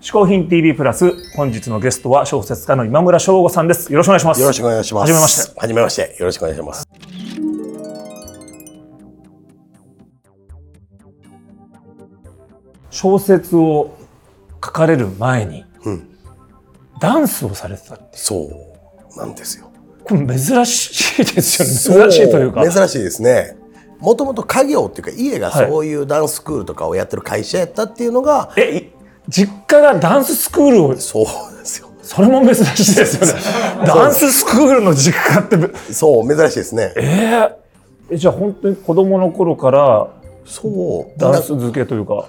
嗜好品 TV プラス、本日のゲストは小説家の今村翔吾さんです。よろしくお願いします。よろしくお願いします。はじめまして。。はじめまして。よろしくお願いします。小説を書かれる前に、うん。ダンスをされてた。そうなんですよ。これ珍しいですそよね。珍しいというか。珍しいですね。もともと家業っていうか家がそういうダンススクールとかをやってる会社やったっていうのが、え、い実家がダンススクールを、そうなんですよ。それも珍しいですよ ね。ダンススクールの実家って、そう、珍しいですね。えー、えじゃあ本当に子供の頃からそう。ダだンスか漬けというか、ら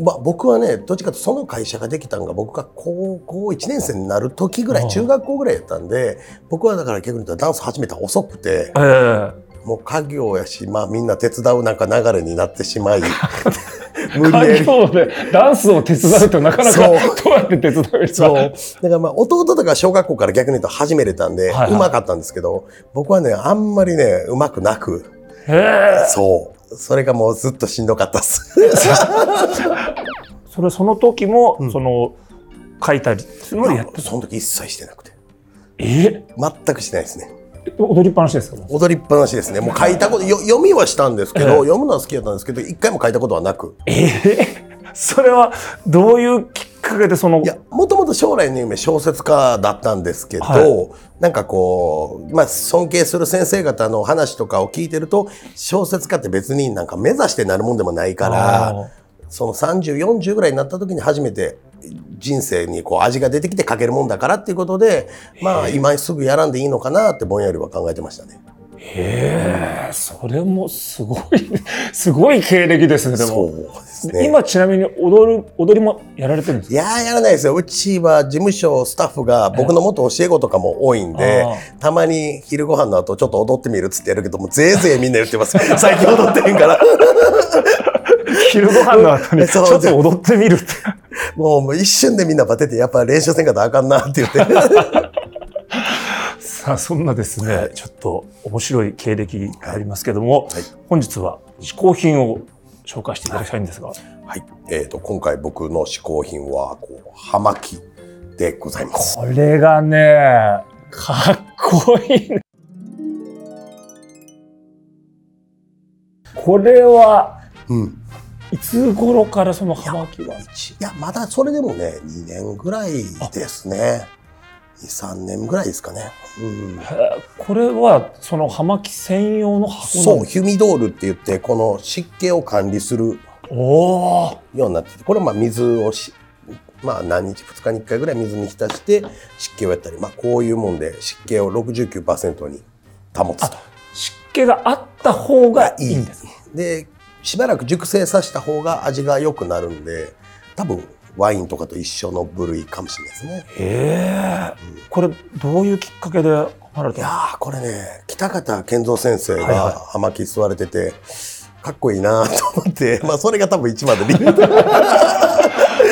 まあ、僕はね、どっちかというとその会社ができたのが僕が高校1年生になる時ぐらあい、あ中学校ぐらいやったんで、僕はだから逆に言うとダンス始めたら遅くてえ、ー、もう家業やし、まあみんな手伝うなんか流れになってしまい、 無理 や家り業でダンスを手伝うとなかなかそうどうやって手伝うかそう。だからまあ、弟とか小学校から逆に言うと始めれたんで、はいはいうまかったんですけど、僕はね、あんまりね、うまくなく、へえそう。それがもうずっとしんどかったっす。それその時も、うんその書いたりするのをやってその時一切してなくて。え全くしてないですね。踊りっぱなしですか踊りっぱなしですね。もう書いたこと、よ読みはしたんですけど、ええ読むのは好きだったんですけど、一回も書いたことはなく。え それはどういうきっかけでそのいや、もともと将来の夢小説家だったんですけど、はなんかこう、まあ尊敬する先生方の話とかを聞いてると、小説家って別になんか目指してなるもんでもないから、あーその3040ぐらいになった時に初めて人生にこう味が出てきて書けるもんだからっていうことで、まあ、今すぐやらんでいいのかなってぼんやりは考えてましたね。へえそれもすごい すごい経歴ですねでそもうですね。今ちなみに踊る踊りもやられてるんです いかやーやらないですよ。うちは事務所スタッフが僕の元教え子とかも多いんであ、たまに昼ご飯の後ちょっと踊ってみるっつってやるけど、もうぜいぜいみんな言ってます。最近踊ってへんから。昼ご飯の後にち そうょっと踊ってみるって もうもう一瞬でみんなバテて、やっぱ練習せんかったらあかんな って言って。さあそんなですね、ちょっと面白い経歴がありますけども、はい本日は嗜好品を紹介していただきたいんですが、はい。えっ、と、今回僕の試行品は、こう、葉巻でございます。これがねかっこいいねこれはうん。いつ頃からその葉巻は一いや、まだそれでもね、2年ぐらいですね。2、3年ぐらいですかね。うん。へえこれはその葉巻専用の箱なそんう、ですヒュミドールって言って、この湿気を管理するおーようになってて、これはまあ水をし、まあ何日、2日に1回ぐらい水に浸して湿気をやったり、まあこういうもんで湿気を69%に保つと。湿気があった方がいいんですで、しばらく熟成させた方が味が良くなるんで、多分ワインとかと一緒の部類かもしれないですね。へえこれどういうきっかけでハマられたんでいすやかーこれね北方健三先生はいはいが葉巻吸われてて、かっこいいなと思って、まあ、それが多分一番の理由で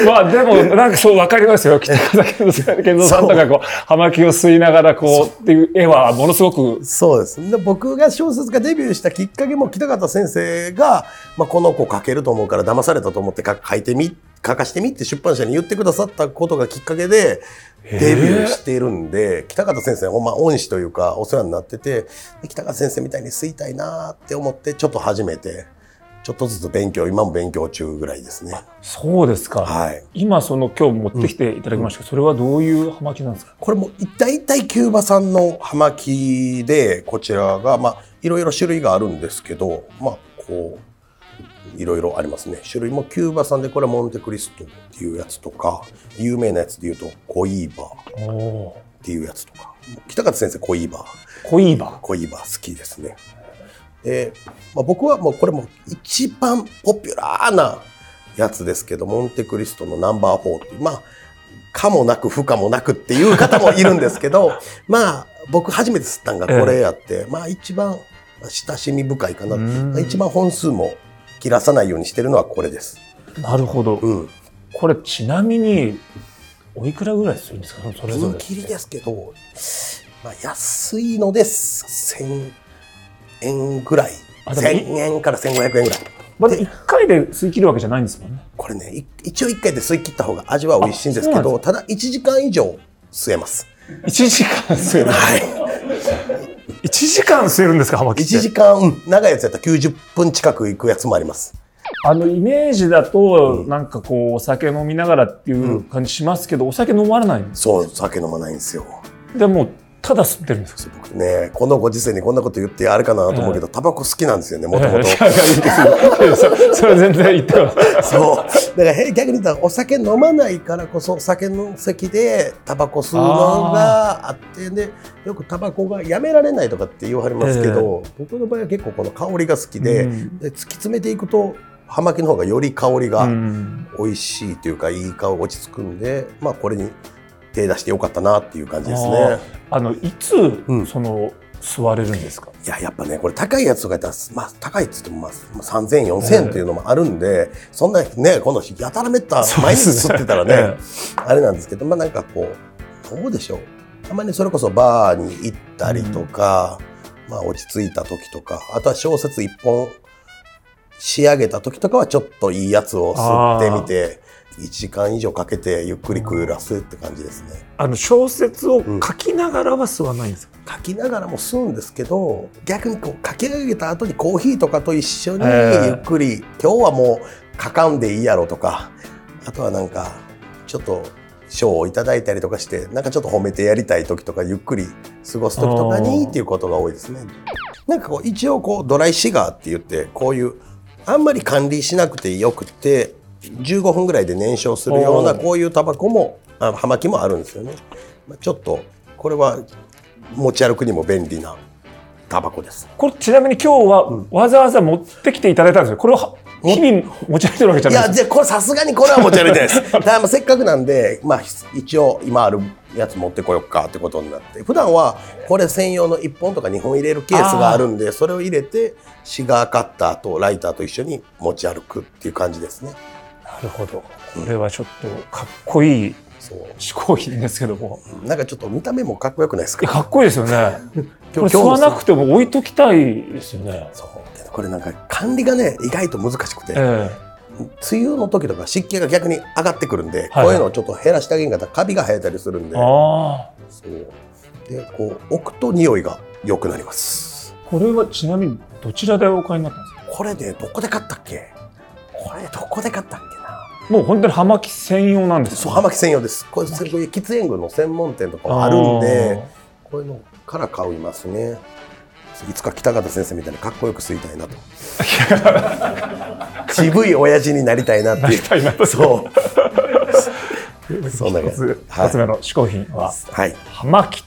まあでもなんかそうわかりますよ北方健三健三さんとかこう葉巻を吸いながらこうっていう絵はものすごく そうですで僕が小説家デビューしたきっかけも北方先生が、まあ、この子書けると思うから騙されたと思って書書いてみ書かしてみって出版社に言ってくださったことがきっかけでデビューしているんで北方先生ほんま恩師というかお世話になっててで北方先生みたいに吸いたいなって思ってちょっと始めてちょっとずつ勉強今も勉強中ぐらいですね。そうですか、はい。今その今日持ってきていただきましたけど、それはどういう葉巻なんですかこれも大体キューバ産の葉巻で、こちらが、まあ、いろいろ種類があるんですけど、まあ、こう、いろいろありますね。種類もキューバ産で、これはモンテクリストっていうやつとか、有名なやつで言うと、コイーバーっおおていうやつとか、北方先生、コイーバー。恋葉コイーバー好きですね。で、まあ、僕はもうこれも一番ポピュラーなやつですけど、モンテクリストのナンバー4っていう、まあ、かもなく不可もなくっていう方もいるんですけど、 まあ、僕初めて吸ったんがこれやって、まあ一番親しみ深いかな。うん一番本数も切らさないようにしてるのはこれです。なるほど、うん。これちなみにおいくらぐらいするんですかそれぞ銀れ切りですけど、まあ安いのです。1000円ぐらい。あでもい1000円から1500円ぐらい。まだ1回で吸い切るわけじゃないんですもんね。これねい一応1回で吸い切った方が味は美味しいんですけあそうどただ1時間以上吸えます1時間吸え る。 はい1時間吸えるんですか、葉巻って。 1時間、うん長いやつやったら90分近く行くやつもありますあの、イメージだと、なんかこう、お酒飲みながらっていう感じしますけど、お酒飲まれないんです。そう酒飲まないんですよでも、ただ吸ってるんですか僕ねこのご時世にこんなこと言ってあれかなと思うけど、タバコ好きなんですよねも と もとそ それ全然言ってます。そうだからへ逆に言ったらお酒飲まないからこそお酒の席でタバコ吸うのがあってでよくタバコがやめられないとかって言われますけど、僕の場合は結構この香りが好きで,、うんで突き詰めていくと葉巻の方がより香りうがん美味しいというか、いい香り落ち着くんで、まあ、これに手出してよかったなっていう感じですあね。あの、いつ、うんその、座れるんですかいや、やっぱね、これ高いやつとかやったら、まあ、高いっつっても、まあ、3000、4000っていうのもあるんで、そんなね、このやたらめった、毎日吸ってたらね、あれなんですけど、まあなんかこう、どうでしょう。たまにそれこそバーに行ったりとか、まあ落ち着いた時とか、あとは小説一本仕上げた時とかはちょっといいやつを吸ってみて、1時間以上かけてゆっくりくゆらすって感じですね。あの、小説を書きながらは吸わないんですか、書きながらも吸うんですけど逆にこう書き上げた後にコーヒーとかと一緒にええゆっくり、今日はもう書かんでいいやろとかあとはなんかちょっと賞をいただいたりとかしてなんかちょっと褒めてやりたい時とかゆっくり過ごす時とかあーにっていうことが多いですね。なんかこう一応こうドライシガーって言ってこういうあんまり管理しなくてよくて15分ぐらいで燃焼するようなおーこういうタバコもあ葉巻もあるんですよね。まあちょっとこれは持ち歩くにも便利なタバコです。これ、ちなみに今日は、わざわざ持ってきていただいたんですよ。これをは、も日々持ち歩いてるわけじゃいないやですじゃあこれさすがにこれは持ち歩いてな いです。だからまあせっかくなんで、まあ、一応今あるやつ持ってこようかってことになって普段はこれ専用の1本とか2本入れるケースがあるんでそれを入れてシガーカッターとライターと一緒に持ち歩くっていう感じですね。か。なるほど。これはちょっと、かっこいいそう嗜好品ですけども。なんかちょっと見た目もかっこよくないですいやかかっこいいですよね。これ今日吸わな今日のくても置いときたいですよね。そうけどこれなんか管理がね意外と難しくて、え梅雨の時とか湿気が逆に上がってくるんで、はいこういうのをちょっと減らしてあげんかったらカビが生えたりするんえでああ。そうでこう置くと匂いが良くなりますこれはちなみにどちらでお買いになったんですかこれねどこで買ったっけこれどこで買ったっけなもう本当に葉巻専用なんですそうよ葉巻専用ですこれこういう喫煙具の専門店とかもあるんで。こういうのから買いますねいつか北方先生みたいにかっこよく吸いたい なと渋い親父になりたいなってい あーなりうたいなそうと。そんな感 一つじはい二つ目の嗜好品ははい葉巻